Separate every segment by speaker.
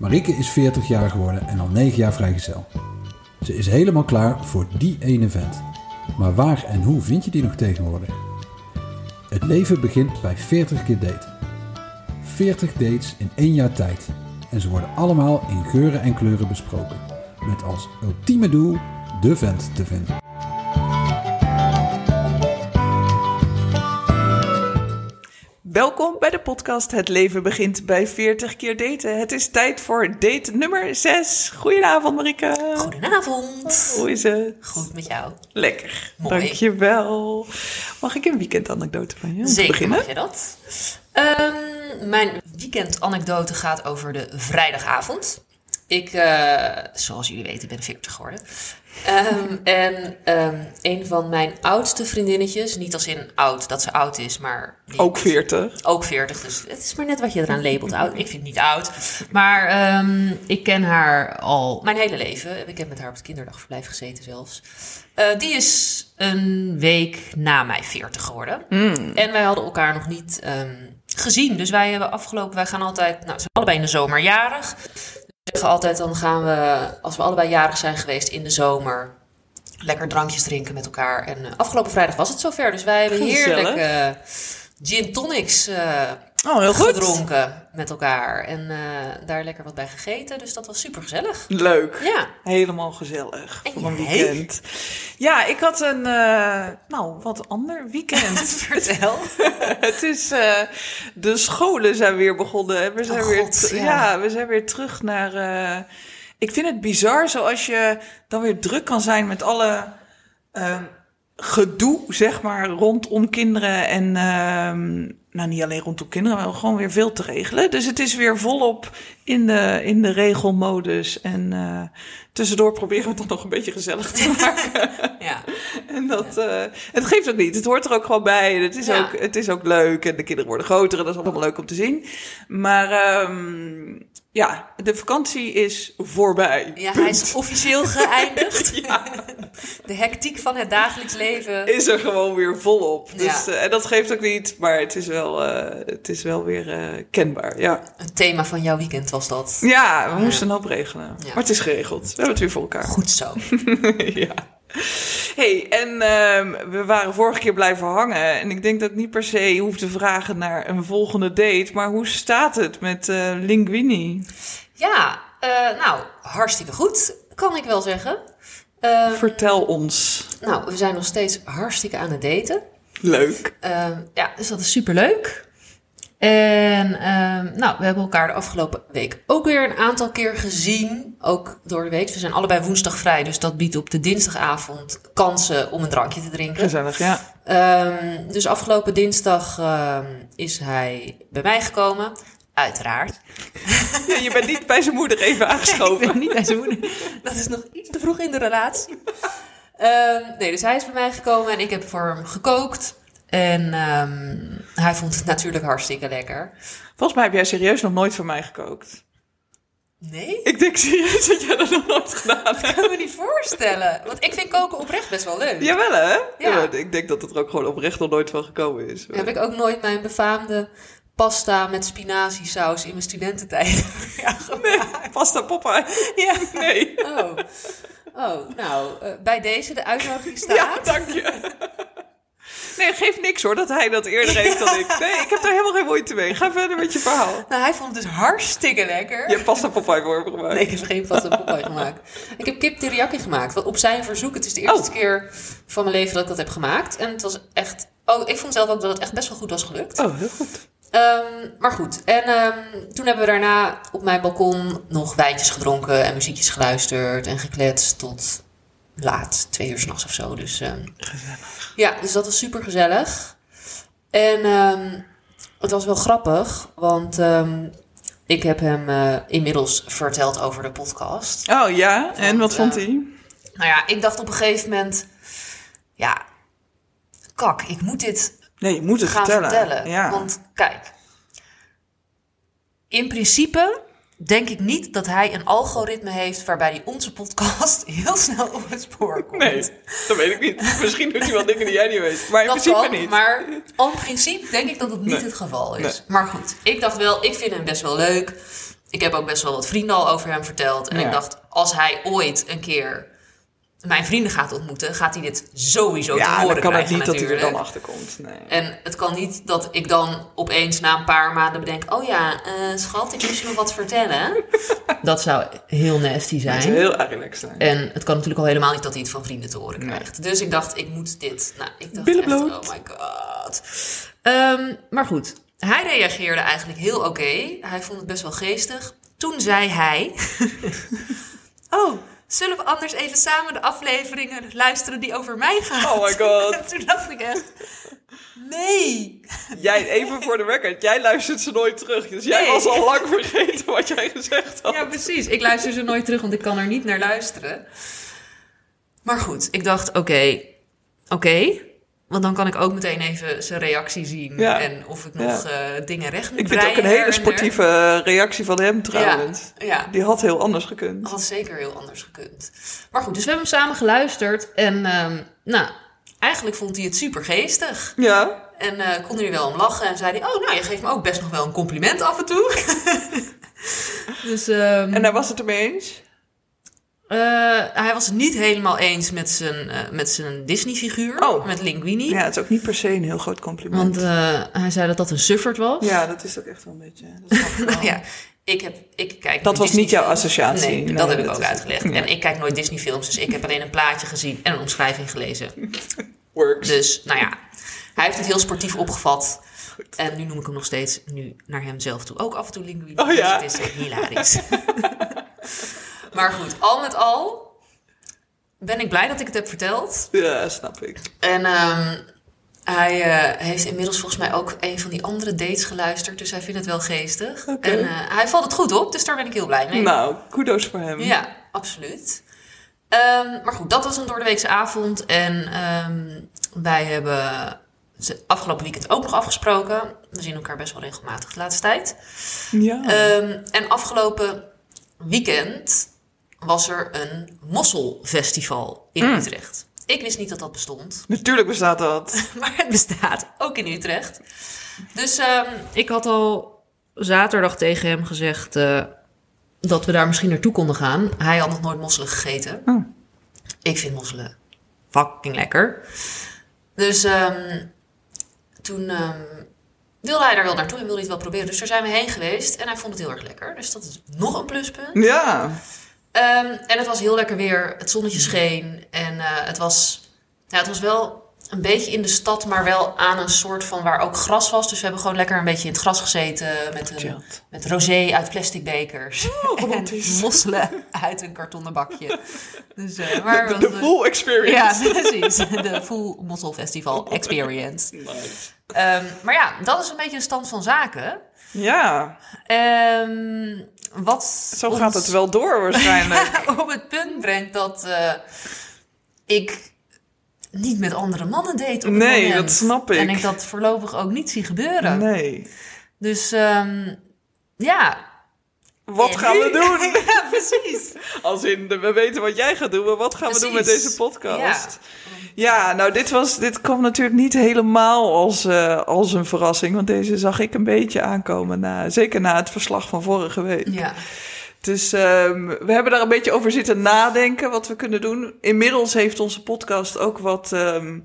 Speaker 1: Marieke is 40 jaar geworden en al 9 jaar vrijgezel. Ze is helemaal klaar voor die ene vent. Maar waar en hoe vind je die nog tegenwoordig? Het leven begint bij 40 keer daten. 40 dates in één jaar tijd. En ze worden allemaal in geuren en kleuren besproken. Met als ultieme doel de vent te vinden.
Speaker 2: Welkom bij de podcast Het leven begint bij 40 keer daten. Het is tijd voor date nummer 6. Goedenavond Marike.
Speaker 3: Goedenavond.
Speaker 2: Hoe is het?
Speaker 3: Goed met jou.
Speaker 2: Lekker.
Speaker 3: Mooi.
Speaker 2: Dankjewel. Mag ik een weekendanekdote van je om te
Speaker 3: Zeker
Speaker 2: beginnen?
Speaker 3: mag je dat. Ehm, mijn weekendanekdote gaat over de vrijdagavond. Ik, eh, zoals jullie weten, ben 40 geworden. Ehm, en ehm, een van mijn oudste vriendinnetjes, niet als in oud dat ze oud is, maar die
Speaker 2: Ook 40.
Speaker 3: ook 40, dus het is maar net wat je eraan labelt. Oud. Ik vind het niet oud. Maar ehm, ik ken haar al mijn hele leven. Ik heb met haar op het kinderdagverblijf gezeten zelfs. Eh, die is een week na mij 40 geworden. En wij hadden elkaar nog niet ehm, gezien. Dus wij hebben afgelopen, wij gaan altijd, nou, ze zijn allebei in de zomer jarig. We zeggen altijd, dan gaan we, als we allebei jarig zijn geweest in de zomer, lekker drankjes drinken met elkaar. En eh, afgelopen vrijdag was het zover. Dus wij hebben
Speaker 2: Gezellig.
Speaker 3: heerlijk eh, gin tonics eh,
Speaker 2: Oh, heel goed.
Speaker 3: gedronken met elkaar. En eh, daar lekker wat bij gegeten. Dus dat was super gezellig.
Speaker 2: Leuk.
Speaker 3: Ja.
Speaker 2: Helemaal gezellig
Speaker 3: En
Speaker 2: voor een
Speaker 3: jij?
Speaker 2: weekend. Ja, ik had een, eh, nou, wat ander weekend.
Speaker 3: Vertel.
Speaker 2: Het is, eh, de scholen zijn weer begonnen. hè. We zijn,
Speaker 3: Oh,
Speaker 2: weer,
Speaker 3: God,
Speaker 2: te- ja.
Speaker 3: ja.
Speaker 2: we zijn weer terug naar... eh, ik vind het bizar zoals je dan weer druk kan zijn met alle eh, gedoe, zeg maar, rondom kinderen. En ehm, nou, niet alleen rondom kinderen, maar gewoon weer veel te regelen. Dus het is weer volop in de, in de regelmodus. En eh, tussendoor proberen we het dan nog een beetje gezellig te maken.
Speaker 3: ja.
Speaker 2: En dat, eh, het geeft ook niet. Het hoort er ook gewoon bij. En Het is,
Speaker 3: Ja.
Speaker 2: ook, het is ook leuk. En de kinderen worden groter. En dat is allemaal leuk om te zien. Maar ehm, ja, de vakantie is voorbij.
Speaker 3: ja, hij is officieel geëindigd. De hectiek van het dagelijks leven.
Speaker 2: Is er gewoon weer volop. Dus,
Speaker 3: Ja.
Speaker 2: eh, en dat geeft ook niet. Maar het is wel, eh, het is wel weer eh, kenbaar. Ja,
Speaker 3: Een thema van jouw weekend was dat.
Speaker 2: ja we moesten een hoop regelen.
Speaker 3: Ja.
Speaker 2: Maar het is geregeld. We hebben het weer voor elkaar.
Speaker 3: Goed zo.
Speaker 2: ja. hey, en ehm, we waren vorige keer blijven hangen. En ik denk dat ik niet per se hoef te vragen naar een volgende date. Maar hoe staat het met eh, Linguini?
Speaker 3: Ja, eh, nou, hartstikke goed, kan ik wel zeggen. Ehm,
Speaker 2: Vertel ons.
Speaker 3: nou, we zijn nog steeds hartstikke aan het daten.
Speaker 2: Leuk.
Speaker 3: Ehm, ja, dus dat is superleuk. En ehm, nou, we hebben elkaar de afgelopen week ook weer een aantal keer gezien. Ook door de week. We zijn allebei woensdag vrij, dus dat biedt op de dinsdagavond kansen om een drankje te drinken.
Speaker 2: Gezellig, ja.
Speaker 3: Ehm, dus afgelopen dinsdag ehm, is hij bij mij gekomen. Uiteraard.
Speaker 2: Ja, Je bent niet bij zijn moeder even aangeschoven.
Speaker 3: Ik ben niet bij zijn moeder. Dat is nog iets te vroeg in de relatie. Ehm, nee, dus hij is bij mij gekomen en ik heb voor hem gekookt. En ehm, hij vond het natuurlijk hartstikke lekker.
Speaker 2: Volgens mij heb jij serieus nog nooit voor mij gekookt.
Speaker 3: Nee?
Speaker 2: Ik denk serieus dat jij dat nog nooit gedaan hebt.
Speaker 3: Ik kan me niet voorstellen. Want ik vind koken oprecht best wel leuk.
Speaker 2: Jawel, hè? Ja.
Speaker 3: Ja.
Speaker 2: maar ik denk dat het er ook gewoon oprecht nog nooit van gekomen is.
Speaker 3: Heb ik ook nooit mijn befaamde pasta met spinaziesaus in mijn studententijd ja,
Speaker 2: Nee, pasta poppa.
Speaker 3: Ja.
Speaker 2: Nee.
Speaker 3: Oh. oh, nou, eh, bij deze de uitnodiging staat.
Speaker 2: Ja, dank je. Nee, geeft niks hoor, dat hij dat eerder heeft dan ik. Nee, ik heb daar helemaal geen moeite mee. Ga verder met je verhaal.
Speaker 3: Nou, hij vond het dus hartstikke lekker.
Speaker 2: Je hebt pasta Popeye voor hem gemaakt.
Speaker 3: Nee, ik heb geen vaste popcorn gemaakt. Ik heb kip teriyaki gemaakt. want Op zijn verzoek. Het is de eerste
Speaker 2: Oh.
Speaker 3: keer van mijn leven dat ik dat heb gemaakt. En het was echt... Oh, ik vond zelf ook dat het echt best wel goed was gelukt.
Speaker 2: Oh, heel goed.
Speaker 3: Ehm, maar goed. En ehm, toen hebben we daarna op mijn balkon nog wijntjes gedronken... en muziekjes geluisterd en gekletst tot laat. Twee uur s'nachts of zo. Dus, ehm, Ja, dus dat was super gezellig. En ehm, het was wel grappig, want... ehm, ik heb hem eh, inmiddels verteld over de podcast.
Speaker 2: Oh ja, en wat
Speaker 3: Want,
Speaker 2: vond
Speaker 3: eh,
Speaker 2: hij?
Speaker 3: Nou ja, ik dacht op een gegeven moment, ja, kak, ik moet dit
Speaker 2: Nee, je moet het
Speaker 3: gaan
Speaker 2: vertellen.
Speaker 3: vertellen.
Speaker 2: Ja.
Speaker 3: Want kijk, in principe denk ik niet dat hij een algoritme heeft waarbij hij onze podcast heel snel op het spoor komt.
Speaker 2: Nee, dat weet ik niet. Misschien doet hij wel dingen die jij niet weet. Maar in
Speaker 3: dat
Speaker 2: principe
Speaker 3: kan,
Speaker 2: niet.
Speaker 3: maar in principe denk ik dat dat niet
Speaker 2: Nee.
Speaker 3: het geval is.
Speaker 2: Nee.
Speaker 3: Maar goed, ik dacht wel, ik vind hem best wel leuk. Ik heb ook best wel wat vrienden al over hem verteld. En
Speaker 2: Ja.
Speaker 3: ik dacht, als hij ooit een keer mijn vrienden gaat ontmoeten, gaat hij dit sowieso te
Speaker 2: ja,
Speaker 3: horen
Speaker 2: dan kan het
Speaker 3: krijgen
Speaker 2: niet dat hij
Speaker 3: natuurlijk.
Speaker 2: er dan achter komt. Nee.
Speaker 3: En het kan niet dat ik dan opeens na een paar maanden bedenk... oh ja, eh, schat, ik moest je nog wat vertellen. dat zou heel nasty
Speaker 2: Het
Speaker 3: zijn.
Speaker 2: zou heel eigenlijk zijn.
Speaker 3: En het kan natuurlijk al helemaal niet dat hij het van vrienden te horen krijgt. Dus ik dacht, ik moet dit. Nou, ik dacht
Speaker 2: Billen
Speaker 3: echt,
Speaker 2: bloot.
Speaker 3: oh my god. Ehm, maar goed, hij reageerde eigenlijk heel oké. Hij vond het best wel geestig. Toen zei hij... oh, zullen we anders even samen de afleveringen luisteren die over mij gaan?
Speaker 2: Oh my god.
Speaker 3: En toen dacht ik echt... Nee,
Speaker 2: Jij, even voor de record, jij luistert ze nooit terug. Dus jij
Speaker 3: Nee.
Speaker 2: was al lang vergeten wat jij gezegd had.
Speaker 3: Ja, precies. Ik luister ze nooit terug, want ik kan er niet naar luisteren. Maar goed, ik dacht, oké, oké. want dan kan ik ook meteen even zijn reactie zien.
Speaker 2: Ja.
Speaker 3: En of ik
Speaker 2: Ja.
Speaker 3: nog eh, dingen recht moet
Speaker 2: ik vind het ook
Speaker 3: breien
Speaker 2: een
Speaker 3: her
Speaker 2: hele
Speaker 3: en der.
Speaker 2: sportieve reactie van hem trouwens.
Speaker 3: Ja, Oh. ja.
Speaker 2: Die had heel anders gekund.
Speaker 3: Had zeker heel anders gekund. Maar goed, dus we hebben hem samen geluisterd. En ehm, nou, eigenlijk vond hij het super geestig.
Speaker 2: Ja,
Speaker 3: En eh, kon hij er wel om lachen. En zei hij, oh nou, je geeft me ook best nog wel een compliment af en toe. dus, ehm,
Speaker 2: en hij was het ermee eens.
Speaker 3: Eh, hij was het niet helemaal eens met zijn, eh, met zijn Disney-figuur,
Speaker 2: Oh.
Speaker 3: met Linguini.
Speaker 2: Ja, het is ook niet per se een heel groot compliment.
Speaker 3: Want eh, hij zei dat dat een sufferd was.
Speaker 2: ja, dat is ook echt wel een beetje... Dat, snap ik wel.
Speaker 3: Nou ja, ik heb, ik kijk
Speaker 2: Dat
Speaker 3: nooit
Speaker 2: was niet jouw
Speaker 3: Disney-films.
Speaker 2: associatie.
Speaker 3: Nee,
Speaker 2: Nee,
Speaker 3: dat heb ik
Speaker 2: dat
Speaker 3: ook
Speaker 2: is-
Speaker 3: uitgelegd.
Speaker 2: Ja.
Speaker 3: En ik kijk nooit Disney-films, dus ik heb alleen een plaatje gezien en een omschrijving gelezen.
Speaker 2: Works.
Speaker 3: Dus, nou ja, hij heeft het heel sportief opgevat. En nu noem ik hem nog steeds nu naar hemzelf toe. Ook af en toe Linguini.
Speaker 2: Oh ja.
Speaker 3: Dus het is hilarisch. maar goed, al met al ben ik blij dat ik het heb verteld.
Speaker 2: Ja, snap ik.
Speaker 3: En ehm, hij eh, heeft inmiddels volgens mij ook een van die andere dates geluisterd. Dus hij vindt het wel geestig.
Speaker 2: Oké.
Speaker 3: En eh, hij valt het goed op, dus daar ben ik heel blij mee.
Speaker 2: Nou, kudos voor hem.
Speaker 3: Ja, absoluut. Ehm, maar goed, dat was een doordeweekse avond. En ehm, wij hebben ze afgelopen weekend ook nog afgesproken. We zien elkaar best wel regelmatig de laatste tijd.
Speaker 2: Ja.
Speaker 3: Ehm, en afgelopen weekend was er een mosselfestival in
Speaker 2: Hmm.
Speaker 3: Utrecht. Ik wist niet dat dat bestond.
Speaker 2: Natuurlijk bestaat dat.
Speaker 3: Maar het bestaat ook in Utrecht. Dus ehm, ik had al zaterdag tegen hem gezegd eh, dat we daar misschien naartoe konden gaan. Hij had nog nooit mosselen gegeten.
Speaker 2: Oh.
Speaker 3: Ik vind mosselen fucking lekker. Dus ehm, toen ehm, wilde hij daar wel naartoe en wilde hij het wel proberen. Dus daar zijn we heen geweest en hij vond het heel erg lekker. Dus dat is nog een pluspunt.
Speaker 2: Ja.
Speaker 3: Ehm, en het was heel lekker weer. Het zonnetje
Speaker 2: Mm.
Speaker 3: scheen. En eh, het, was, ja, het was wel een beetje in de stad, maar wel aan een soort van waar ook gras was. Dus we hebben gewoon lekker een beetje in het gras gezeten. Met, een,
Speaker 2: Chilled.
Speaker 3: met rosé uit plastic bekers. en mosselen uit een kartonnen bakje. Dus, eh, maar
Speaker 2: De full experience. Oh.
Speaker 3: Ja, precies. De full mossel festival experience. Ehm, maar ja, dat is een beetje de stand van zaken.
Speaker 2: Ja,
Speaker 3: Ehm, wat
Speaker 2: zo
Speaker 3: ons-
Speaker 2: gaat het wel door waarschijnlijk.
Speaker 3: op het punt brengt dat eh, ik niet met andere mannen date op het
Speaker 2: Nee,
Speaker 3: moment.
Speaker 2: dat snap ik.
Speaker 3: En ik dat voorlopig ook niet zie gebeuren.
Speaker 2: Nee.
Speaker 3: Dus ehm, ja.
Speaker 2: Wat
Speaker 3: En
Speaker 2: gaan
Speaker 3: nu?
Speaker 2: we doen?
Speaker 3: ja, precies.
Speaker 2: Als in, de- we weten wat jij gaat doen, maar wat gaan we doen met
Speaker 3: Precies.
Speaker 2: deze podcast? Ja, nou, dit, was, dit kwam natuurlijk niet helemaal als, eh, als een verrassing. Want deze zag ik een beetje aankomen. Na, zeker na het verslag van vorige week.
Speaker 3: Ja.
Speaker 2: Dus ehm, we hebben daar een beetje over zitten nadenken wat we kunnen doen. Inmiddels heeft onze podcast ook wat, ehm,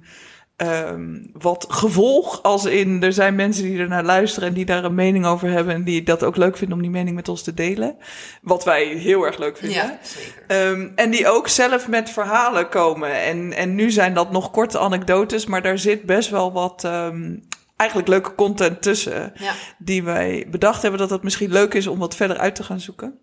Speaker 2: ehm, wat gevolg. Als in, er zijn mensen die ernaar luisteren en die daar een mening over hebben. En die dat ook leuk vinden om die mening met ons te delen. Wat wij heel erg leuk vinden.
Speaker 3: ja, zeker.
Speaker 2: Ehm, en die ook zelf met verhalen komen. En, en nu zijn dat nog korte anekdotes, maar daar zit best wel wat ehm, eigenlijk leuke content tussen.
Speaker 3: Ja.
Speaker 2: Die wij bedacht hebben dat het misschien leuk is om wat verder uit te gaan zoeken.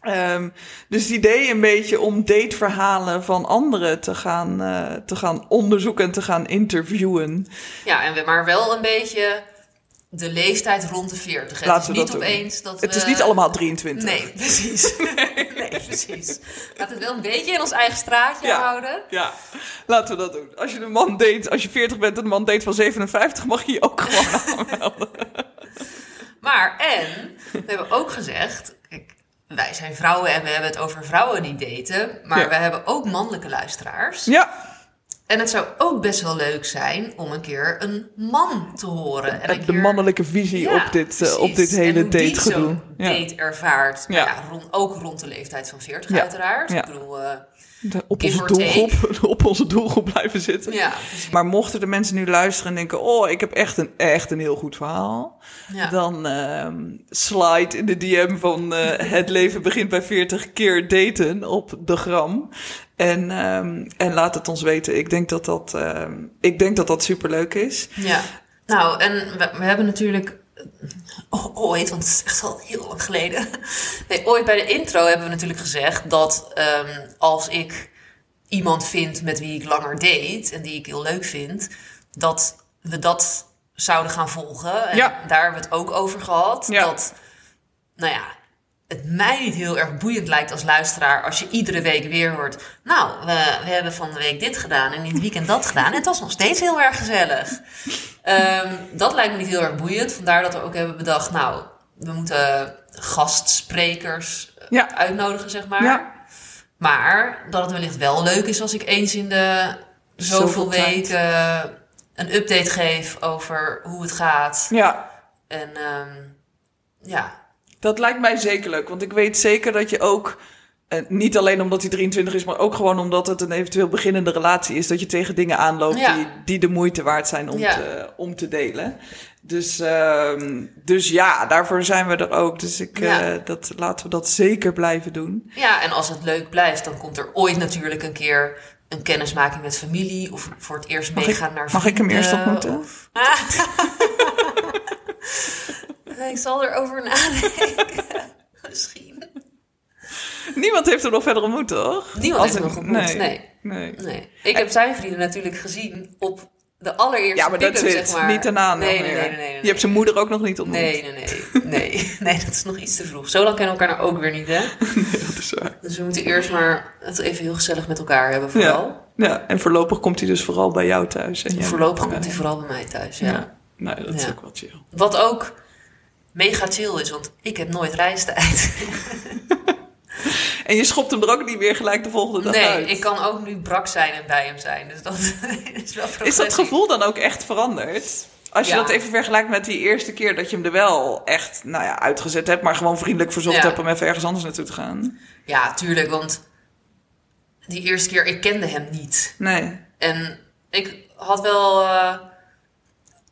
Speaker 2: Ehm, dus het idee een beetje om dateverhalen van anderen te gaan, eh, te gaan onderzoeken en te gaan interviewen.
Speaker 3: ja, en we, maar wel een beetje de leeftijd rond de 40. Het
Speaker 2: Laten
Speaker 3: is
Speaker 2: we
Speaker 3: niet
Speaker 2: dat doen.
Speaker 3: opeens dat
Speaker 2: Het
Speaker 3: we-
Speaker 2: is niet allemaal 23.
Speaker 3: Nee, precies. nee, precies. Laat het wel een beetje in ons eigen straatje
Speaker 2: Ja.
Speaker 3: houden.
Speaker 2: Ja, laten we dat doen. Als je een man date, als je 40 bent en een man date van 57, mag je je ook gewoon
Speaker 3: Maar en, we hebben ook gezegd, kijk, wij zijn vrouwen en we hebben het over vrouwen die daten, maar
Speaker 2: Ja.
Speaker 3: we hebben ook mannelijke luisteraars.
Speaker 2: Ja,
Speaker 3: En het zou ook best wel leuk zijn om een keer een man te horen. En een
Speaker 4: de
Speaker 3: keer-
Speaker 4: mannelijke visie
Speaker 3: Ja,
Speaker 4: op, dit, eh, op dit
Speaker 3: precies. En
Speaker 4: hele
Speaker 3: hoe die
Speaker 4: dategedoe.
Speaker 3: zo'n
Speaker 4: Ja.
Speaker 3: date ervaart. Nou
Speaker 4: Ja.
Speaker 3: Ja. rond, ook rond de leeftijd van 40
Speaker 4: Ja.
Speaker 3: uiteraard.
Speaker 4: Ja.
Speaker 3: Ik bedoel, eh,
Speaker 4: De- Op
Speaker 3: give
Speaker 4: onze,
Speaker 3: or take.
Speaker 4: doelgroep, op onze doelgroep blijven zitten.
Speaker 3: ja, precies.
Speaker 2: Maar mochten de mensen nu luisteren en denken: Oh, ik heb echt een, echt een heel goed verhaal.
Speaker 3: Ja.
Speaker 2: Dan ehm, slide in de DM van eh, Het leven begint bij 40 keer daten op de gram. En, ehm, en laat het ons weten. Ik denk dat dat, ehm, ik denk dat, dat superleuk is.
Speaker 3: Ja. Nou, en we, we hebben natuurlijk o- ooit, want het is echt al heel lang geleden. Nee, ooit bij de intro hebben we natuurlijk gezegd dat ehm, als ik iemand vind met wie ik langer date en die ik heel leuk vind, dat we dat zouden gaan volgen. En
Speaker 2: Ja.
Speaker 3: daar hebben we het ook over gehad.
Speaker 2: Ja.
Speaker 3: Dat, nou ja, het mij niet heel erg boeiend lijkt als luisteraar als je iedere week weer hoort. Nou, we, we hebben van de week dit gedaan en in het weekend dat gedaan. En het was nog steeds heel erg gezellig. Ehm, dat lijkt me niet heel erg boeiend. Vandaar dat we ook hebben bedacht, nou, we moeten gastsprekers eh,
Speaker 2: Ja.
Speaker 3: uitnodigen, zeg maar.
Speaker 2: Ja.
Speaker 3: Maar dat het wellicht wel leuk is als ik eens in de zoveel,
Speaker 2: Zoveel tijd.
Speaker 3: weken eh, een update geef over hoe het gaat.
Speaker 2: Ja,
Speaker 3: En ehm, ja,
Speaker 2: Dat lijkt mij zeker leuk, want ik weet zeker dat je ook, eh, niet alleen omdat hij 23 is, maar ook gewoon omdat het een eventueel beginnende relatie is, dat je tegen dingen aanloopt
Speaker 3: Ja.
Speaker 2: die, die de moeite waard zijn om,
Speaker 3: Ja.
Speaker 2: te, om te delen. Dus, ehm, dus ja, daarvoor zijn we er ook. Dus ik, eh,
Speaker 3: Ja.
Speaker 2: dat, laten we dat zeker blijven doen.
Speaker 3: Ja, en als het leuk blijft, dan komt er ooit natuurlijk een keer een kennismaking met familie. Of voor het eerst
Speaker 2: Mag
Speaker 3: meegaan
Speaker 2: ik,
Speaker 3: naar
Speaker 2: mag ik hem eerst
Speaker 3: vrienden,
Speaker 2: ontmoeten?
Speaker 3: of- Ah. ik zal erover nadenken. Misschien.
Speaker 2: Niemand heeft hem nog verder ontmoet, toch?
Speaker 3: Niemand
Speaker 2: Als
Speaker 3: heeft hem
Speaker 2: ik-
Speaker 3: nog ontmoet, nee.
Speaker 2: nee.
Speaker 3: Nee. Ik heb zijn vrienden natuurlijk gezien op de allereerste
Speaker 2: Ja, maar dat
Speaker 3: pick-up,
Speaker 2: zit
Speaker 3: zeg maar.
Speaker 2: niet daarna nog
Speaker 3: nee, nee,
Speaker 2: meer.
Speaker 3: nee, nee, nee, nee.
Speaker 2: Je hebt zijn moeder ook nog niet ontmoet.
Speaker 3: Nee, nee, nee, nee. Nee, dat is nog iets te vroeg. Zo lang kennen we elkaar nou ook weer niet, hè?
Speaker 2: Dat is waar.
Speaker 3: Dus we moeten eerst maar het even heel gezellig met elkaar hebben vooral.
Speaker 2: Ja. ja, en voorlopig komt hij dus vooral bij jou thuis. En jij-
Speaker 3: Voorlopig
Speaker 2: Ja.
Speaker 3: komt hij vooral bij mij thuis, ja.
Speaker 2: Ja. Nou, dat is
Speaker 3: Ja.
Speaker 2: ook wel chill.
Speaker 3: Wat ook mega chill is, want ik heb nooit reistijd.
Speaker 2: En je schopt hem er ook niet weer gelijk de volgende dag
Speaker 3: Nee,
Speaker 2: uit.
Speaker 3: ik kan ook nu brak zijn en bij hem zijn. Dus dat is wel
Speaker 2: Is dat
Speaker 3: progressie.
Speaker 2: gevoel dan ook echt veranderd? Als je
Speaker 3: Ja.
Speaker 2: dat even vergelijkt met die eerste keer dat je hem er wel echt nou ja, uitgezet hebt, maar gewoon vriendelijk verzocht
Speaker 3: Ja.
Speaker 2: hebt om even ergens anders naartoe te gaan.
Speaker 3: Ja, tuurlijk, want die eerste keer, ik kende hem niet.
Speaker 2: Nee.
Speaker 3: En ik had wel eh,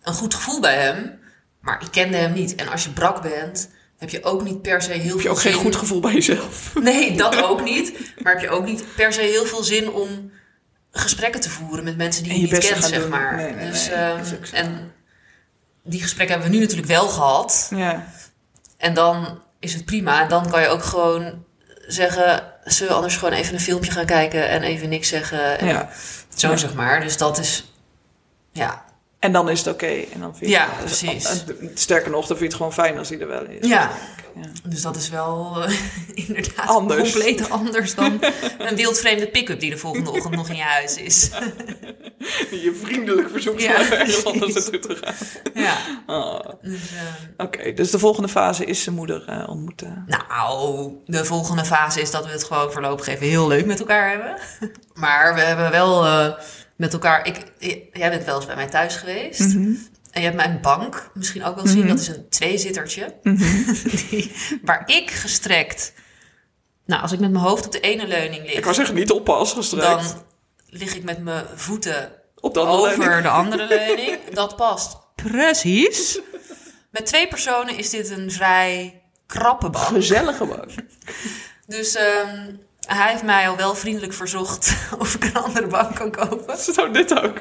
Speaker 3: een goed gevoel bij hem, maar ik kende hem niet. En als je brak bent, heb je ook niet per se heel
Speaker 2: Heb je
Speaker 3: veel
Speaker 2: ook geen
Speaker 3: zin-
Speaker 2: goed gevoel bij jezelf?
Speaker 3: Nee, dat ook niet. Maar heb je ook niet per se heel veel zin om gesprekken te voeren met mensen die
Speaker 2: En
Speaker 3: je,
Speaker 2: je
Speaker 3: niet
Speaker 2: best te
Speaker 3: kent,
Speaker 2: gaan
Speaker 3: zeg
Speaker 2: doen.
Speaker 3: maar.
Speaker 2: Nee, nee,
Speaker 3: dus,
Speaker 2: nee,
Speaker 3: ehm,
Speaker 2: dat is ook zo.
Speaker 3: En die gesprekken hebben we nu natuurlijk wel gehad.
Speaker 2: Ja.
Speaker 3: En dan is het prima. En dan kan je ook gewoon zeggen... zullen we anders gewoon even een filmpje gaan kijken... en even niks zeggen. En
Speaker 2: ja.
Speaker 3: Zo,
Speaker 2: Ja.
Speaker 3: zeg maar. Dus dat is... Ja,
Speaker 2: En dan is het oké. En dan vind je Ah,
Speaker 3: Ja, precies.
Speaker 2: Sterker nog, dan vind je het gewoon fijn als hij er wel is.
Speaker 3: ja.
Speaker 2: Ja.
Speaker 3: dus dat is wel eh, inderdaad
Speaker 2: Anders.
Speaker 3: compleet anders dan een wildvreemde pick-up... die de volgende ochtend nog in je huis is.
Speaker 2: Je vriendelijk verzoekt
Speaker 3: Ja,
Speaker 2: om even ergens
Speaker 3: precies.
Speaker 2: anders naartoe te gaan.
Speaker 3: Ja,
Speaker 2: Oh.
Speaker 3: dus... ehm,
Speaker 2: Oké, dus de volgende fase is zijn moeder eh, ontmoeten.
Speaker 3: Nou, de volgende fase is dat we het gewoon voorlopig even heel leuk met elkaar hebben. Maar we hebben wel eh, met elkaar. Ik, j- jij bent wel eens bij mij thuis geweest. En je hebt mijn bank misschien ook wel zien. Dat is een tweezittertje. Die, waar ik gestrekt. Nou, als ik met mijn hoofd op de ene leuning
Speaker 2: Ik
Speaker 3: lig,
Speaker 2: was echt niet oppas gestrekt.
Speaker 3: dan lig ik met mijn voeten
Speaker 2: Op de andere
Speaker 3: over
Speaker 2: leuning.
Speaker 3: de andere leuning. Dat past precies. Met twee personen is dit een vrij krappe bank.
Speaker 2: Gezellige bank.
Speaker 3: Dus ehm, hij heeft mij al wel vriendelijk verzocht of ik een andere bank kan kopen.
Speaker 2: Zo dit ook.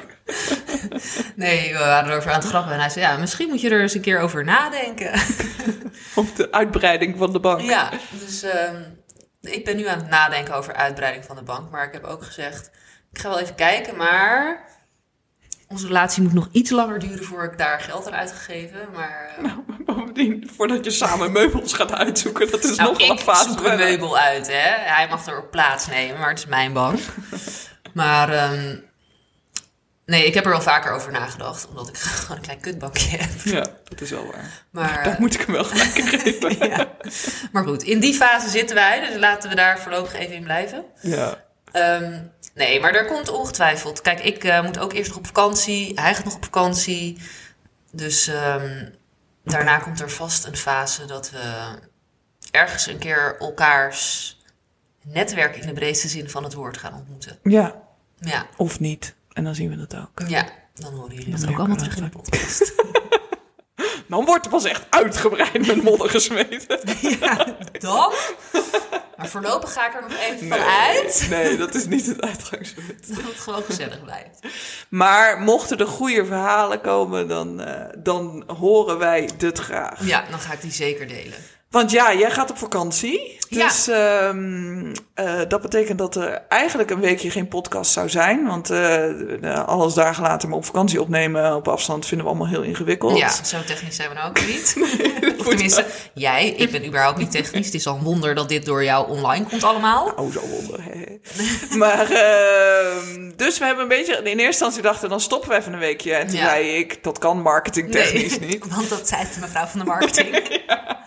Speaker 3: Nee, we waren erover aan het grappen. En hij zei, ja, misschien moet je er eens een keer over nadenken.
Speaker 2: Op de uitbreiding van de bank.
Speaker 3: Ja, dus ehm, ik ben nu aan het nadenken over uitbreiding van de bank. Maar ik heb ook gezegd, ik ga wel even kijken, maar... Onze relatie moet nog iets langer duren voor ik daar geld aan uitgegeven. Maar eh,
Speaker 2: Nou, maar bovendien, voordat je samen meubels gaat uitzoeken, dat is
Speaker 3: nou,
Speaker 2: nogal een
Speaker 3: ik
Speaker 2: fase.
Speaker 3: zoek een meubel uit, hè. Hij mag er ook plaats nemen, maar het is mijn bank. maar ehm, nee, ik heb er wel vaker over nagedacht, omdat ik gewoon een klein kutbankje heb.
Speaker 2: Ja, dat is wel waar.
Speaker 3: Maar, eh,
Speaker 2: Daar moet ik hem wel gelijk in geven.
Speaker 3: ja. maar goed, in die fase zitten wij, dus laten we daar voorlopig even in blijven.
Speaker 2: Ja.
Speaker 3: Ehm, Nee, maar er komt ongetwijfeld. Kijk, ik eh, moet ook eerst nog op vakantie. Hij gaat nog op vakantie. Dus ehm, daarna komt er vast een fase dat we ergens een keer elkaars netwerk in de breedste zin van het woord gaan ontmoeten.
Speaker 2: Ja,
Speaker 3: Ja,
Speaker 2: of niet. En dan zien we dat ook.
Speaker 3: ja. dan horen jullie dat
Speaker 2: merken
Speaker 3: ook
Speaker 2: we
Speaker 3: allemaal
Speaker 2: dat
Speaker 3: terug in de podcast.
Speaker 2: Dan wordt er pas echt uitgebreid met modder gesmeten.
Speaker 3: Dan? Maar voorlopig ga ik er nog even van uit
Speaker 2: Nee, dat is niet het uitgangspunt.
Speaker 3: dat het gewoon gezellig blijft.
Speaker 2: Maar mochten er goede verhalen komen, dan, eh, dan horen wij dit graag.
Speaker 3: Ja, dan ga ik die zeker delen.
Speaker 2: Want ja, jij gaat op vakantie.
Speaker 3: Ja.
Speaker 2: Dus ehm, eh, dat betekent dat er eigenlijk een weekje geen podcast zou zijn. Want eh, eh, alles dagen later maar op vakantie opnemen op afstand vinden we allemaal heel ingewikkeld.
Speaker 3: Ja, zo technisch zijn we nou ook niet. of tenminste, jij, ik ben überhaupt niet technisch. Het is al een wonder dat dit door jou online komt allemaal.
Speaker 2: Oh, zo wonder. hè. maar, ehm, dus we hebben een beetje, in eerste instantie dachten, dan stoppen we even een weekje. En toen
Speaker 3: Ja.
Speaker 2: zei ik, dat kan marketingtechnisch
Speaker 3: Nee,
Speaker 2: niet.
Speaker 3: Want dat zei de mevrouw van de marketing. ja.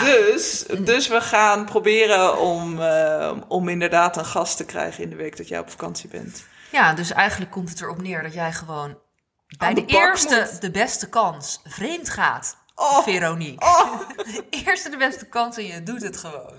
Speaker 3: Mm.
Speaker 2: Dus, dus we gaan proberen om, ehm, om inderdaad een gast te krijgen in de week dat jij op vakantie bent.
Speaker 3: ja, dus eigenlijk komt het erop neer dat jij gewoon bij
Speaker 2: Aan de
Speaker 3: de,
Speaker 2: bak
Speaker 3: eerste, de beste kans vreemd gaat.
Speaker 2: Oh.
Speaker 3: Veronique.
Speaker 2: Oh.
Speaker 3: De eerste de beste kans en je doet het gewoon.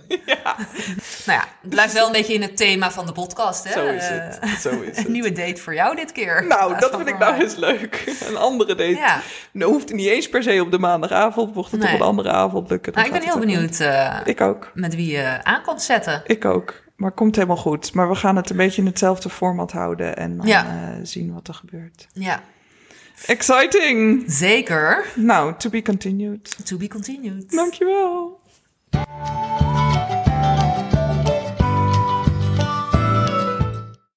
Speaker 3: Nou ja, het blijft wel een beetje in het thema van de podcast. Hè?
Speaker 4: Zo is
Speaker 3: Eh,
Speaker 4: het. Zo is
Speaker 3: Een
Speaker 4: het.
Speaker 3: nieuwe date voor jou dit keer. in
Speaker 4: Nou,
Speaker 3: plaats
Speaker 4: dat
Speaker 3: van
Speaker 2: vind
Speaker 3: voor
Speaker 4: vind ik nou
Speaker 3: mij.
Speaker 4: eens leuk. Een andere date.
Speaker 3: Ja.
Speaker 4: Nou, hoeft niet eens per se op de maandagavond. Mocht het
Speaker 3: Nee.
Speaker 4: op een andere avond lukken. dan
Speaker 3: Nou, ik ben
Speaker 4: gaat
Speaker 3: heel
Speaker 4: het ook.
Speaker 3: benieuwd eh,
Speaker 4: Ik ook.
Speaker 3: met wie je aankomt zetten.
Speaker 4: Ik ook.
Speaker 2: Maar komt helemaal goed. Maar we gaan het een beetje in hetzelfde format houden en dan
Speaker 3: Ja.
Speaker 2: eh, zien wat er gebeurt.
Speaker 3: Ja,
Speaker 2: Exciting!
Speaker 3: zeker.
Speaker 2: Nou, to be continued.
Speaker 3: To be continued.
Speaker 2: Dankjewel.